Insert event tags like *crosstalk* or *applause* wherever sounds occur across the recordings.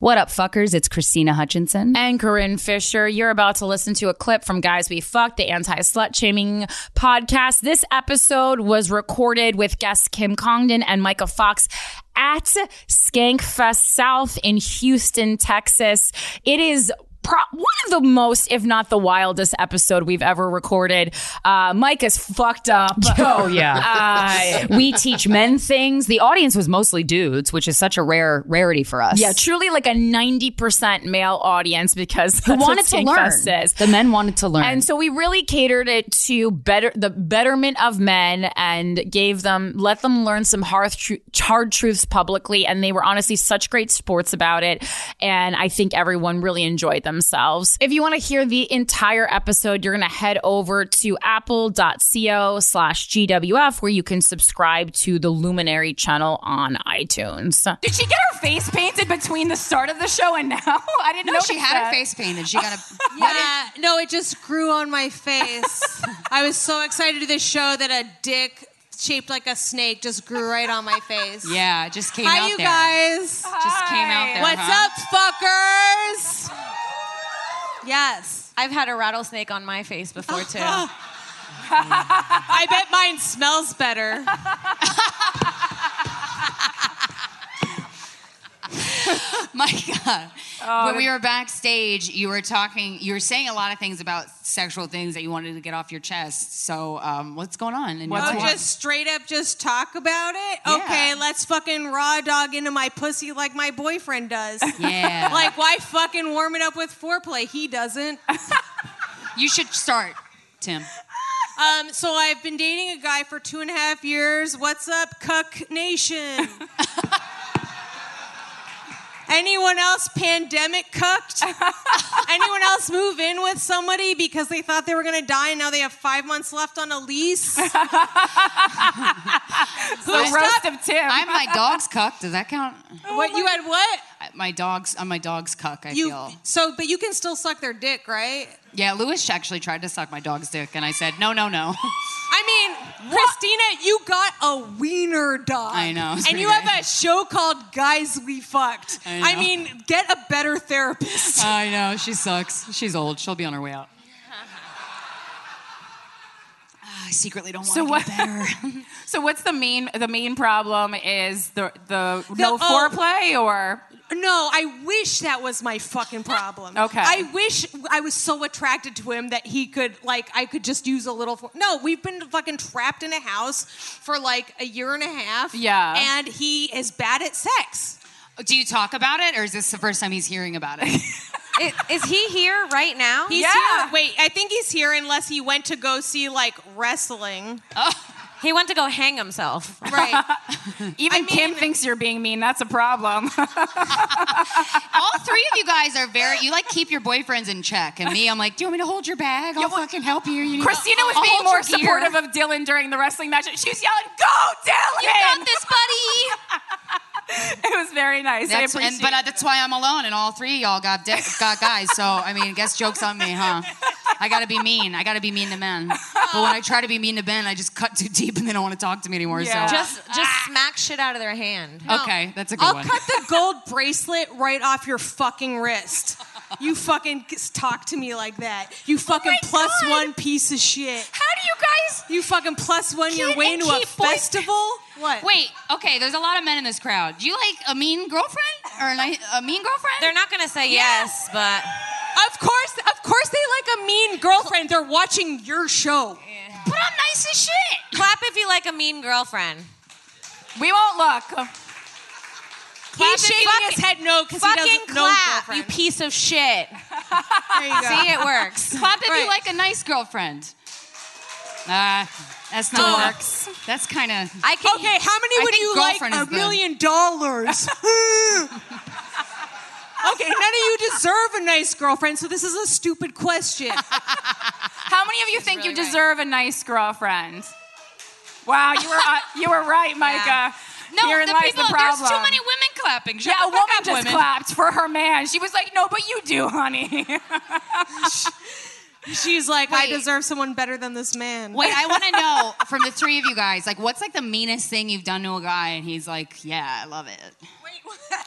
What up, fuckers? It's Christina Hutchinson. And Corinne Fisher, you're about to listen to a clip from Guys We Fuck, the anti slut shaming podcast. This episode was recorded with guests Kim Congdon and Micah Fox at Skankfest South in Houston, Texas. It is pro- one of the most, if not the wildest episode we've ever recorded. Uh, Mike is fucked up. *laughs* Oh, yeah. *laughs* *laughs* Uh, we teach men things. The audience was mostly dudes, which is such a rare rarity for us. yeah, truly like a 90% male audience because Who that's *laughs* wanted what to learn. Skankfest is. The men wanted to learn. And so we really catered it to better the betterment of men and gave them let them learn some hard, tru- hard truths publicly and they were honestly such great sports about it and I think everyone really enjoyed themselves. If you want to hear the entire episode, you're going to head over to apple.co slash GWF where you can subscribe to the Luminary channel on iTunes. *laughs* Did she get her face painted between the start of the show and now? I didn't No, know she had her face painted. She got a. Yeah, no, it just grew on *laughs* my face. I was so excited to this show that a dick shaped like a snake just grew right on my face. Yeah, it just came Hi, out you there. guys. Just came out there. What's huh? up, fuckers? Yes, I've had a rattlesnake on my face before too. *laughs* I bet mine smells better. Micah, when Oh. we were backstage, you were talking, you were saying a lot of things about sexual things that you wanted to get off your chest. So, um, what's going on? And Oh, what's just straight up just talk about it? Yeah. Okay, let's fucking raw dog into my pussy like my boyfriend does. *laughs* Yeah. Like, why fucking warm it up with foreplay? *laughs* He doesn't. you should start, Tim. Um, so I've been dating a guy for two and a half years. What's up, Cuck *laughs* Nation? Anyone else pandemic *laughs* cucked? Anyone else move in with somebody because they thought they were gonna die and now they have five months left on *laughs* a lease? Who Roast stopped? of Tim. I'm my dog's cuck. Does that count? What you had? What My dog's, I'm my dog's cuck, I you? feel. So, but you can still suck their dick, right? Yeah, Lewis actually tried to suck my dog's dick, and I said, no, no, *laughs* no. I mean, Christina, you got a wiener dog. I know, it's And you pretty have a show called Guys We Fucked. I know. I, mean, get a better therapist. I know, she sucks. She's old. She'll be on her way out. Ah, I secretly don't want So to what- get better. So what's the main the main problem is the the no The- oh. foreplay or no, I wish that was my fucking problem. Okay. I wish I was so attracted to him that he could, like, I could just use a little. For- no, we've been fucking trapped in a house for like a year and a half. Yeah. And he is bad at sex. *laughs* Do you talk about it, or is this the first time he's hearing about *laughs* it? Is, he here right now? He's Yeah. here. Wait, I think he's here unless he went to go see, like, wrestling. *laughs* He went to go hang himself. *laughs* Right. even Kim thinks you're being mean. That's a problem. All three of you guys are very. You like keep your boyfriends in check, and me, I'm like, do you want me to hold your bag? I'll fucking help you. you need- Christina was I'll being hold more your ear." supportive of Dylan during the wrestling match. She was yelling, "Go, Dylan!" You got this, buddy. It was very nice. I That's, appreciate. and, but uh, that's why I'm alone, and all three of y'all got dick, got guys. So I mean, guess jokes on me, huh? I gotta be mean. I gotta be mean to men. But when I try to be mean to men, I just cut too deep, and they don't want to talk to me anymore. Yeah. So Just just smack shit out of their hand. okay, that's a good Ah. I'll one. cut the gold bracelet right off your fucking wrist. You fucking s- talk to me like that. Oh You fucking plus one piece of shit. How do you guys You fucking plus one your Kid way and to a keep boys- festival? What? Wait, okay, there's a lot of men in this crowd. Do you like a mean girlfriend or a, ni- a mean girlfriend? They're not gonna say yes, but Of course, of course they like a mean girlfriend. They're watching your show. Put on nice as shit. clap if you like a mean girlfriend. we won't look. He's shaking his head no because he Fucking doesn't know clap, you girlfriend. piece of There shit. you go. See, it works. *laughs* Clap if Right. you like a nice girlfriend. Ah, that's not works. That's kind of. I can Okay, how many I would think you like? *laughs* girlfriend A is good. million dollars. Okay, none of you deserve a nice girlfriend, so this is a stupid *laughs* question. How many of you think you deserve a nice girlfriend? Wow, you were uh, you were right, Micah. No, Herein the lies people. the there's problem. too many women clapping. Shut yeah, the a fuck woman up, just women. clapped for her man. She was like, "No, but you do, honey." *laughs* She's like, I deserve someone better than this man. Wait, I want to know from the three of you guys, like, what's like the meanest thing you've done to a guy? And he's like, yeah, I love it.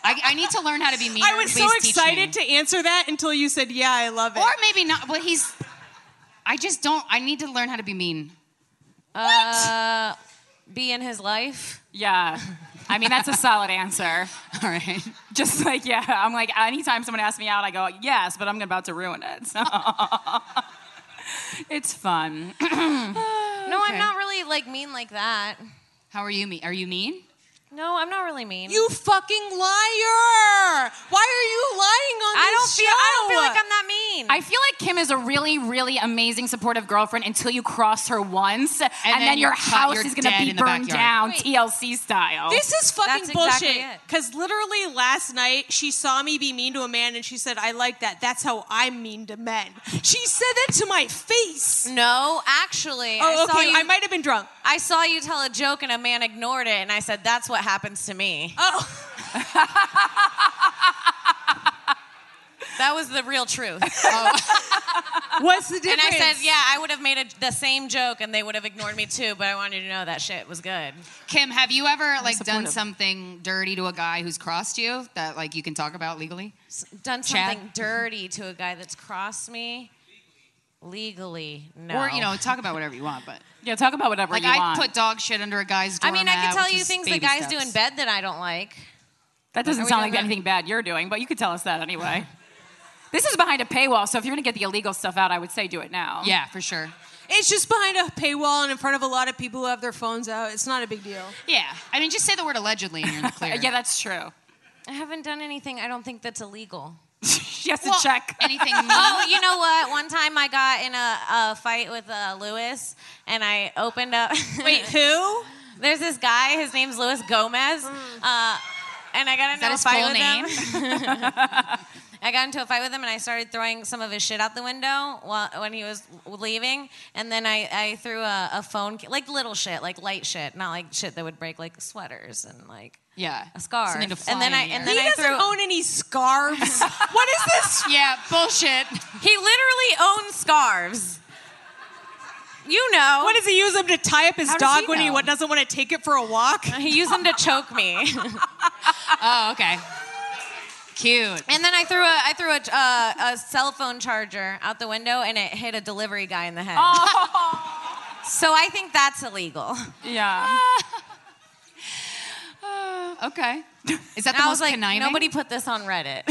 I, I need to learn how to be mean. I was so excited to answer that until you said, "Yeah, I love it." Or maybe not. Well, he's. I just don't. I need to learn how to be mean. *laughs* Uh, be in his life. Yeah. I mean, that's a solid answer. All right. Just like, yeah, I'm like, anytime someone asks me out, I go, yes, but I'm about to ruin it. *laughs* So. it's fun. No, I'm not really like mean like that. How are you mean? Are you mean? No, I'm not really mean. You fucking liar! Why are you lying on I this don't feel. I don't feel show? like I'm that mean. I feel like Kim is a really, really amazing, supportive girlfriend until you cross her once, and, then then, your you're cut- house you're is going dead to be in the burned down, backyard. Wait. TLC style. This is fucking That's exactly bullshit. it. Because literally last night, she saw me be mean to a man and she said, I like that. That's how I'm mean to men. She said that to my face. no, actually. Oh, I saw okay. you, I might have been *laughs* drunk. I saw you tell a joke and a man ignored it, and I said, "That's what happens to me." Oh. *laughs* That was the real *laughs* truth. What's the and difference? I said, "Yeah, I would have made a, the same joke, and they would have ignored me too. But I wanted you to know that shit was good." Kim, have you ever like done something dirty to a guy who's crossed you that like you can talk about legally? Done Chad? something dirty to a guy that's crossed me. Legally, no. Or you know, talk about whatever you *laughs* want, but yeah, talk about whatever like you I want. put dog shit under a guy's. I mean, I doormat, could tell which you is things the baby guys do steps. in bed that I don't like. that Are doesn't we sound doing like that? anything bad you're doing, but you could tell us that anyway. this is behind a paywall, so if you're going to get the illegal stuff out, I would say do it now. Yeah, for sure. it's just behind a paywall and in front of a lot of people who have their phones out. It's not a big deal. Yeah, I mean, just say the word allegedly and you're in the *laughs* clear. Uh, Yeah, that's true. I haven't done anything. I don't think that's illegal. She has *laughs* Well, to check. anything. oh, you know what? One time I got in a, a fight with uh, Lewis, and I opened up. *laughs* Wait, who? There's this guy. His name's Luis Gomez. Uh, and I got into Hmm. that a his fight full with name? *laughs* him. I got into a fight with him, and I started throwing some of his shit out the window while, when he was leaving. And then I, I threw a, a phone, ca- like little shit, like light shit, not like shit that would break, like sweaters and like yeah, a scarf. Something to fly and then in I the and air. then He I doesn't threw. own any scarves. *laughs* what is this? *laughs* yeah, bullshit. he literally owns scarves. You know. What does he use them to tie up his How does dog he when know? he doesn't want to take it for a *laughs* walk? He used them to choke me, *laughs* Oh, okay. Cute. and then I threw a I threw a, uh, a cell phone charger out the window, and it hit a delivery guy in the head. Oh. *laughs* So I think that's illegal. yeah. *laughs* Okay. Is that the I most was like, conniving? nobody put this on Reddit.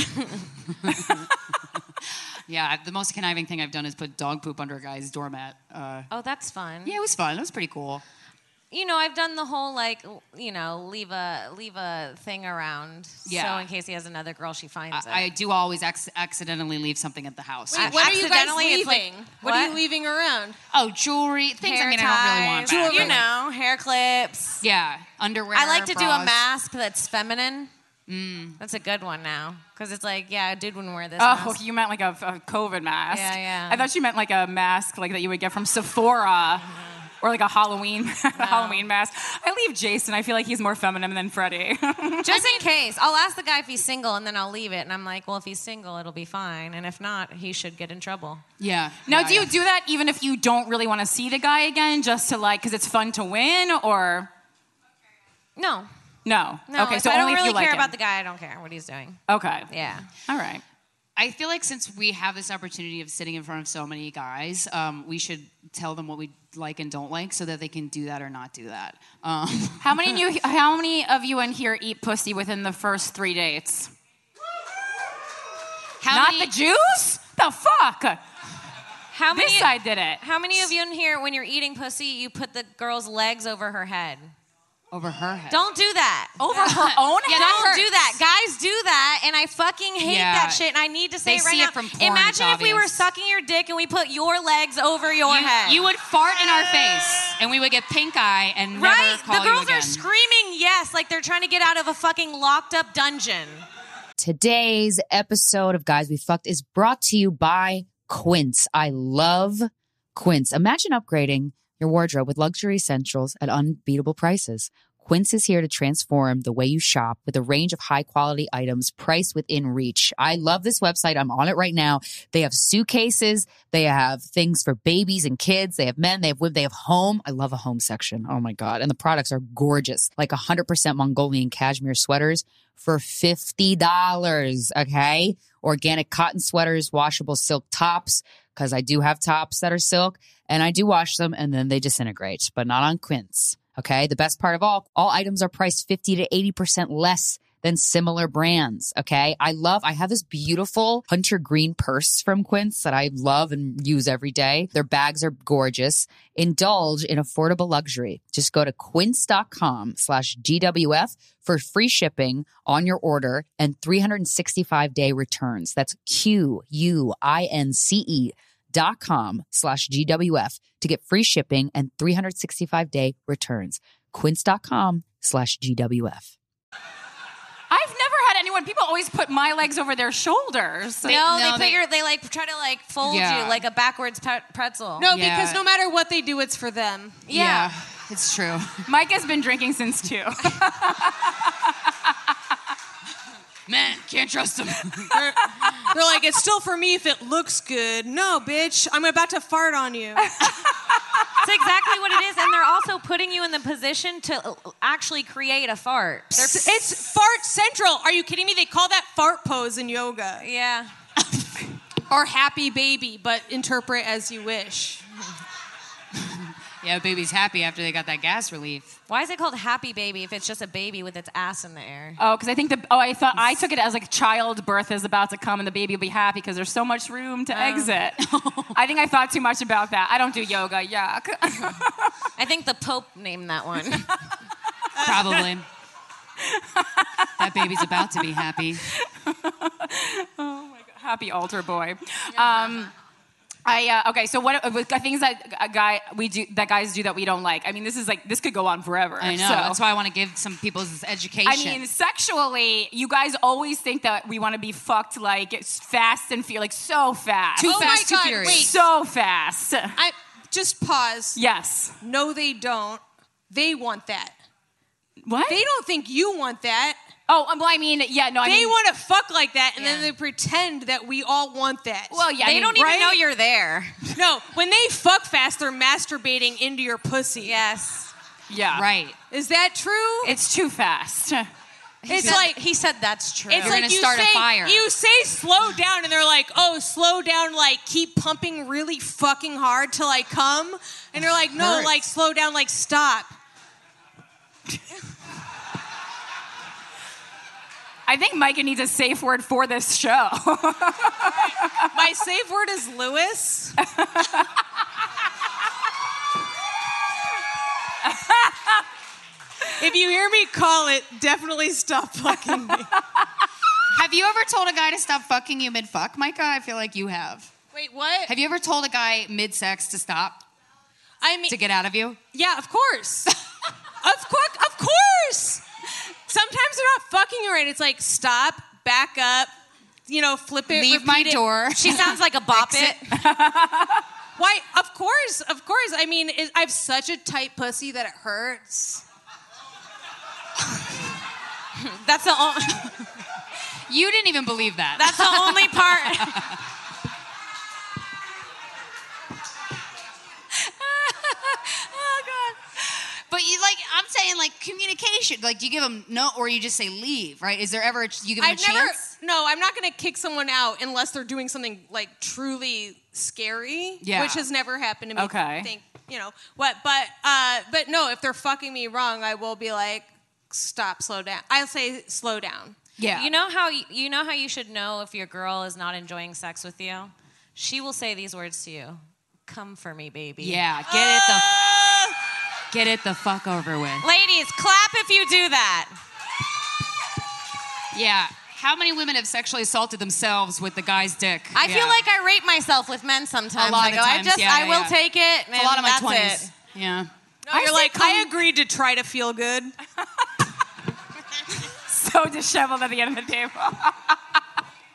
Yeah, the most conniving thing I've done is put dog poop under a guy's doormat. Uh, oh, that's fun. yeah, it was fun. It was pretty cool. You know, I've done the whole like, you know, leave a leave a thing around. Yeah. So in case he has another girl, she finds I, I it. do always ac- accidentally leave something at the house. Wait, Actually. what are you guys Accidentally, it's like- leaving? what? are you What? leaving around? oh, jewelry, things Hair I mean I don't really want. ties, back, you but, like, know, hair clips. yeah, underwear. I like to do a bras. mask that's feminine. That's a good one now, because it's like, yeah, a dude wouldn't wear this. Oh, *laughs* mask. you meant like a, a COVID mask. Yeah, yeah. I thought you meant like a mask like that you would get from Sephora. Or like a Halloween, *laughs* Halloween mask. I leave Jason. I feel like he's more feminine than Freddie. *laughs* Just in case, I'll ask the guy if he's single, and then I'll leave it. And I'm like, well, if he's single, it'll be fine, and if not, he should get in trouble. Yeah. now, yeah, do you yeah. do that even if you don't really want to see the guy again, just to like, because it's fun to win, or No, no? no. okay, if so I don't only really if you care like about the him. guy. I don't care what he's doing. Okay. Yeah. All right. I feel like since we have this opportunity of sitting in front of so many guys, um, we should tell them what we like and don't like so that they can do that or not do that. Um, *laughs* How many *laughs* of you? How many of you in here eat pussy within the first three dates? how Not many- the Jews? The fuck? How many? This side did it. How many of you in here, when you're eating pussy, you put the girl's legs over her head? over her head. Don't do that. Over *laughs* her own Don't head. do that. Guys do that, and I fucking hate Yeah. that shit. And I need to They say it right see it now. from porn, Imagine it's if we were obvious. sucking your dick and we put your legs over your you, head. you would fart in our face, and we would get pink eye and right? never call The girls you again. are screaming yes, like they're trying to get out of a fucking locked up dungeon. Today's episode of Guys We Fucked is brought to you by Quince. I love Quince. Imagine upgrading your wardrobe with luxury essentials at unbeatable prices. Quince is here to transform the way you shop with a range of high quality items priced within reach. I love this website. I'm on it right now. They have suitcases, they have things for babies and kids, they have men, they have women, they have home. I love a home section. Oh my God. And the products are gorgeous, like 100% Mongolian cashmere sweaters for $50. Okay. Organic cotton sweaters, washable silk tops, because I do have tops that are silk and I do wash them and then they disintegrate, but not on Quince. Okay. The best part of all, all items are priced 50 to 80% less than similar brands. Okay. I love, I have this beautiful hunter green purse from Quince that I love and use every day. Their bags are gorgeous. Indulge in affordable luxury. Just go to quince.com slash GWF for free shipping on your order and 365 day returns. That's Q U I N C E dot com slash GWF to get free shipping and 365 day returns. Quince.com slash GWF. I've never had anyone. People always put my legs over their shoulders. no, they put your, they like try to like fold Yeah. you like a backwards pe- pretzel. No, because no matter what they do, it's for them. Yeah. It's true. Mike has been drinking since *laughs* two. Man, can't trust them. they're, they're like, it's still for me if it looks good. No, bitch, I'm about to fart *laughs* on you. That's exactly what it is, and they're also putting you in the position to uh, actually create a fart. They're, it's fart central. Are you kidding me? They call that fart pose in yoga. Yeah. or happy baby, but interpret as you wish. *laughs* yeah, baby's happy after they got that gas relief. Why is it called happy baby if it's just a baby with its ass in the air? Oh, because I think the oh, I thought I took it as like childbirth is about to come and the baby will be happy because there's so much room to *laughs* Oh. exit. I think I thought too much about that. I don't do yoga. Yuck. *laughs* I think the Pope named that *laughs* one. *laughs* Probably. that baby's about to be happy. oh my god, happy altar boy. Um, I uh, okay. So what uh, with things that a guy we do that guys do that we don't like? I mean, this is like this could go on forever. I know. so- That's why I want to give some people this education. I mean, sexually, you guys always think that we want to be fucked like it's fast and feel like so fast, Too Oh fast, my too God, furious. wait. so fast. I just pause. Yes. No, they don't. They want that. What? They don't think you want that. Oh, well, I mean, yeah, no, I They mean- want to fuck like that, and then they pretend that we all want that. Well, yeah, I They mean, don't even right? know you're there. No, when they fuck fast, they're masturbating into your pussy. Yes. Yeah. Right. Is that true? It's too fast. He It's said- like he said that's true. It's like you say, You say slow down, and they're like, "Oh, slow down! Like keep pumping really fucking hard till I come." And you're like, "No, Hurts. like slow down, like stop." I think Micah needs a safe word for this show. My safe word is Lewis. if you hear me call it, definitely stop fucking me. have you ever told a guy to stop fucking you mid fuck, Micah? I feel like you have. Wait, what? Have you ever told a guy mid sex to stop? I mean, to get out of you? Yeah, of course. of course, of course. Sometimes they're not fucking you right. It's like stop, back up, you know, flip it, Leave repeat my it. door. She sounds like a bop it. Why? Of course, of course. I mean, it, I have such a tight pussy that it hurts. *laughs* That's the only. You didn't even believe that. That's the only part. oh god. But you like I'm saying like communication. Like do you give them no or you just say leave, right? Is there ever a, you give them a I've chance? never. No, I'm not going to kick someone out unless they're doing something like truly scary, Yeah. which has never happened to me. Okay. Think you know what? But uh, but no, if they're fucking me wrong, I will be like, stop, slow down. I'll say slow down. You know how you, you know how you should know if your girl is not enjoying sex with you? She will say these words to you. Come for me, baby. Yeah, get it the Ah! get it the fuck over with. Ladies, clap if you do that. Yeah. How many women have sexually assaulted themselves with the guy's dick? I Yeah. feel like I rape myself with men sometimes. A lot I of go, I times, just, yeah, I yeah, will yeah. take it. It's a lot of and my that's 20s. it. Yeah. No, you're like I agreed to try to feel good. so disheveled at the end of the table. *laughs*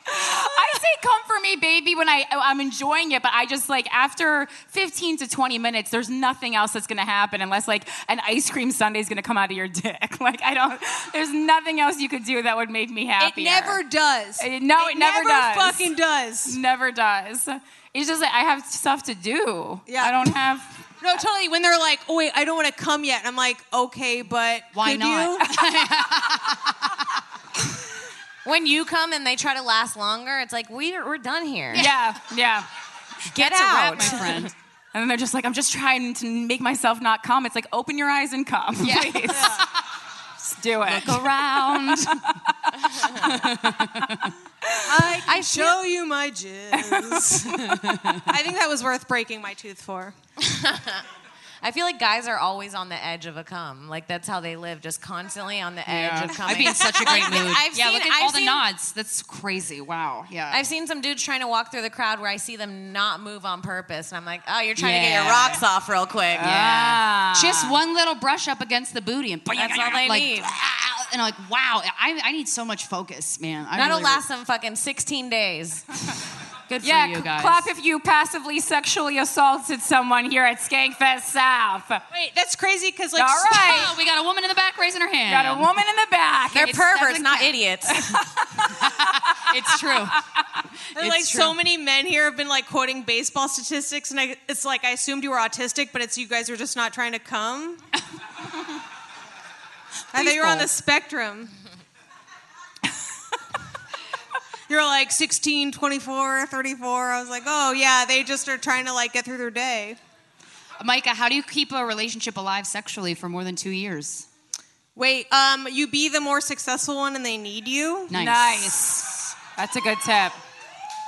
I say come for me, baby, when I, I'm enjoying it, but I just like after 15 to 20 minutes, there's nothing else that's gonna happen unless like an ice cream sundae is gonna come out of your dick. *laughs* Like, I don't, there's nothing else you could do that would make me happy. never does. no, it, It never, never does. fucking does. Never does. It's just like I have stuff to do. Yeah. I don't have. No, totally. When they're like, "Oh wait, I don't want to come yet," and I'm like, "Okay, but Why could *laughs* not?" You? When you come and they try to last longer, it's like we're we're done here. Yeah, yeah. Get That's a out, wrap, my friend. *laughs* And then they're just like, I'm just trying to make myself not come. It's like, open your eyes and come, Yeah. please. Just do it. Look around. I, can show you my jizz. *laughs* I think that was worth breaking my tooth for. *laughs* I feel like guys are always on the edge of a cum. Like that's how they live, just constantly on the edge Yeah. of coming. I'd be in such a great Like, mood. *laughs* I've yeah, seen, look at I've all the seen- nods. That's crazy. Wow. Yeah. I've seen some dudes trying to walk through the crowd where I see them not move on purpose, and I'm like, oh, you're trying to get Yeah. your rocks off real quick. Yeah. Ah. Just one little brush up against the booty and That's all they like, need. ah, And like, wow, I, I need so much focus, man. I That'll really- last them fucking 16 days. Good for yeah, you cl- guys. clap if you passively sexually assaulted someone here at Skankfest South. Wait, that's crazy because like, All right. Oh, we got a woman in the back raising her hand. Got a woman in the back. They're It's- perverts, doesn't not count. *laughs* idiots. It's true. there are, It's *laughs* like so many men here have been like quoting baseball statistics, and I, it's like I assumed you were autistic, but it's you guys are just not trying to *laughs* come. I thought you were on the Please *laughs* spectrum. You're like 16, 24, 34. I was like, oh yeah, they just are trying to like get through their day. Micah, how do you keep a relationship *laughs* alive sexually for more than two years? Wait, um, you be the more successful one, and they need you. Nice. Nice. That's a good tip.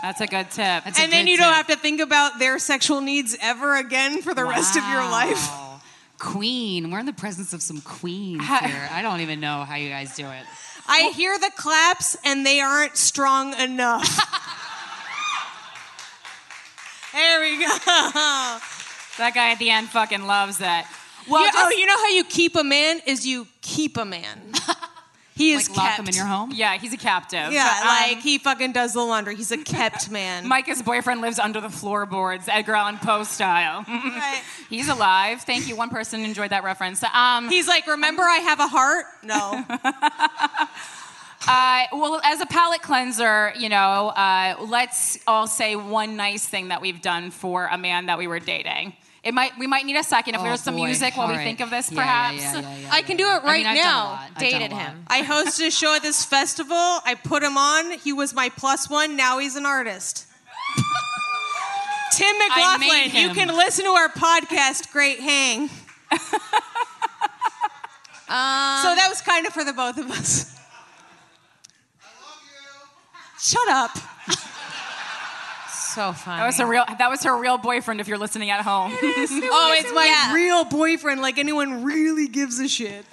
That's a good tip. and then you don't have to think about their sexual needs ever again for the rest of your life. Wow. Queen. We're in the presence of *laughs* some queens here. I don't even know how you guys do it. I hear the claps and they aren't strong *laughs* enough. there we go. That guy at the end fucking loves that. Well, Well, just- oh, you know how you keep a man is you keep a man. *laughs* He is lock kept. them in your home? Yeah, he's a captive. Yeah, Um, like he fucking does the laundry. He's *laughs* a kept man. Micah's boyfriend lives under the floorboards, Edgar Allan Poe style. *laughs* Right. He's alive. Thank you. One person enjoyed that reference. Um, He's like, remember I have a heart? *laughs* No. uh, well, as a palate cleanser, you know, uh, let's all say one nice thing that we've done for a man that we were dating. It might we might need a second if Oh, there's some boy. music while All we right. think of this, Yeah, yeah, perhaps. yeah, yeah, *laughs* yeah, I can do it I mean, right I've done a lot. now. I've done a Dated lot. him. I hosted a show at this festival. I put him on. He was my plus one. Now he's an artist. Tim I made McLaughlin, you him. can listen to our podcast, Great *laughs* Hang. so that was kind of for the both of us. Shut up. So funny. That was a real that was her real boyfriend if you're listening at *laughs* home. Oh, it's my Yeah. real boyfriend. Like anyone really gives a shit.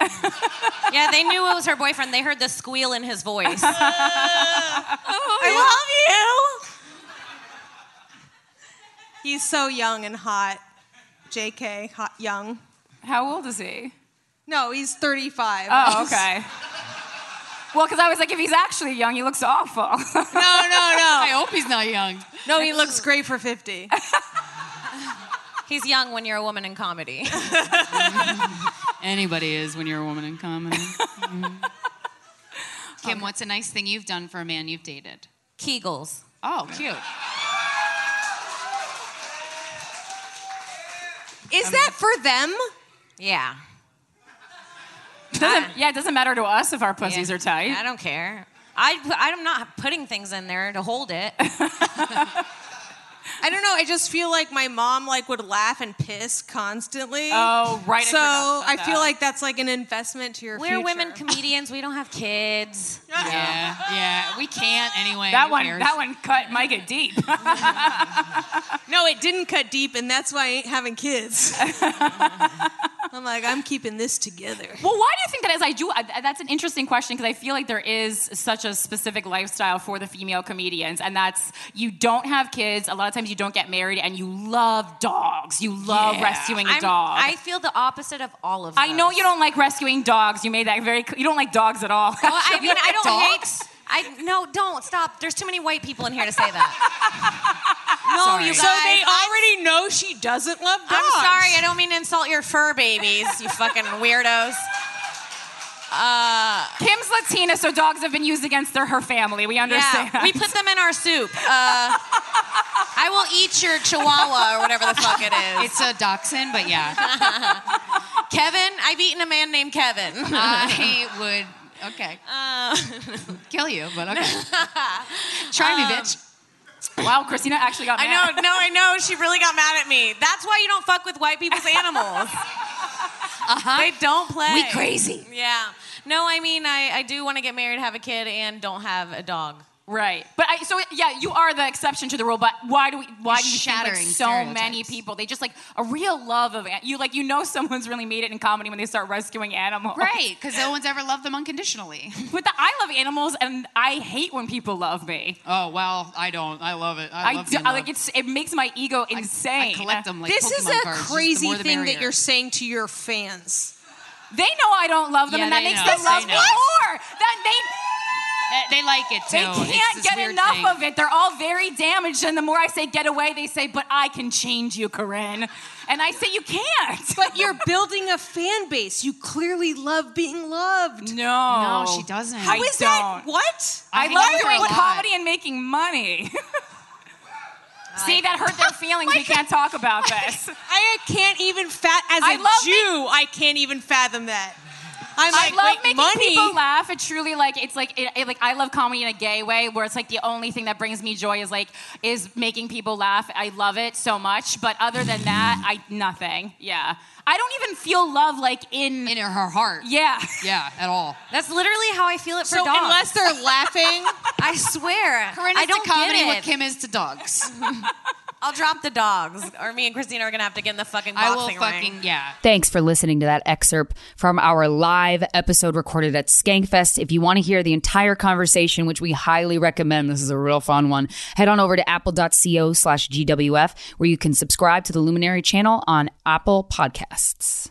yeah, they knew it was her boyfriend. They heard the squeal in his *laughs* voice. I love you. He's so young and hot. JK, hot, young. How old is he? No, he's 35. Oh, okay. Well, because I was like, if he's actually young, he looks awful. no, no, *laughs* *laughs* I hope he's not young. no. No, he looks great for 50. He's young when you're a woman in *laughs* comedy. Anybody is when you're a woman in *laughs* comedy. Mhm. Kim, what's a nice thing you've done for a man you've dated? Kegels. Oh, cute. Is that *laughs* for them? Yeah. Doesn't- *laughs* yeah, it doesn't matter to us if our pussies Yeah. are tight. I don't care. I, I'm not putting things in there to hold *laughs* it. I don't know. I just feel like my mom like would laugh and piss constantly. Oh, right, I So forgot about I, feel that. like that's like an investment to your We're future. women comedians. We don't have kids. Yeah, yeah. We can't anyway. That Who one, cares? that one cut Micah *laughs* deep. *laughs* no, it didn't cut deep, and that's why I ain't having kids. I'm like, I'm keeping this together. Well, why do you think that is? I do. I, that's an interesting question because I feel like there is such a specific lifestyle for the female comedians, and that's you don't have kids. A lot of times you don't get married, and you love dogs. You love Yeah. rescuing a I'm- dog. I feel the opposite of all of. I know you don't like rescuing dogs. You made that very. cl- You don't like dogs at all. Well, *laughs* I mean, I don't Dogs? hate. I no, don't stop. There's too many white people in here to say that. *laughs* no, you guys. So they already know she doesn't love dogs. I'm sorry. I don't mean to insult your fur babies. You fucking weirdos. Uh, Kim's Latina, so dogs have been used against their, her family. We understand. *laughs* Yeah, we put them in our soup. *laughs* Uh, I will eat your chihuahua or whatever the fuck it is. It's a dachshund, but yeah. *laughs* Kevin, I've eaten a man named *laughs* Kevin. Uh, I Uh, would okay. Kill you, but okay. Try me, bitch. *laughs* Wow, Christina actually got I mad. know, no, I know. She really got mad at me. That's why you don't fuck with white *laughs* people's animals. Uh-huh. They don't play. Um, We crazy. Yeah. No, I mean, I, I do want to get married, have a kid, and don't have a dog. *laughs* Right, but I, so yeah, you are the exception to the rule. But why do we? Why do you think like, Shattering so many people? They just like a real love of an- you. Like you know, someone's really made it in comedy when they start rescuing animals. Right, because no one's ever loved them unconditionally. *laughs* But the, I love animals, and I hate when people love me. *laughs* Oh well, I don't. I love it. I, love do, being I, loved. like it's. It makes my ego insane. collect 'em like this is Pokemon a cards, just the crazy more the thing that merrier. you're saying to your fans. They know I don't love them, Yeah, and that they makes know, them love they me know. more. That they They, they like it too. They can't get enough of it. They're all very damaged. And the more I say get away, they say, but I can change you, Corinne. And I say, you can't. But *laughs* you're building a fan base. You clearly love being loved. *laughs* No. No, she doesn't. How I is that? don't. What? I, I love hate her a doing lot. comedy and making money. *laughs* See, that hurt their feelings. we can't talk about this. I can't even fat as a I love Jew. I can't even fathom that. I'm I like, love wait, making money. people laugh. It truly like it's like it, it- like I love comedy in a gay way, where it's like the only thing that brings me joy is like is making people laugh. I love it so much, but other than that, I nothing. Yeah, I don't even feel love like in in her heart. yeah. Yeah, at all. That's literally how I feel it for so dogs. unless they're laughing, I swear, Corinne is I don't to comedy get it. what Kim is to dogs. I'll drop the dogs, or me and Christina are gonna have to get in the fucking I will boxing ring. fucking yeah. Thanks for listening to that excerpt from our live episode recorded at Skankfest. If you want to hear the entire conversation, which we highly recommend, this is a real fun one, head on over to apple.co slash GWF, where you can subscribe to the Luminary channel on Apple Podcasts.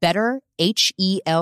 betterhelp.com.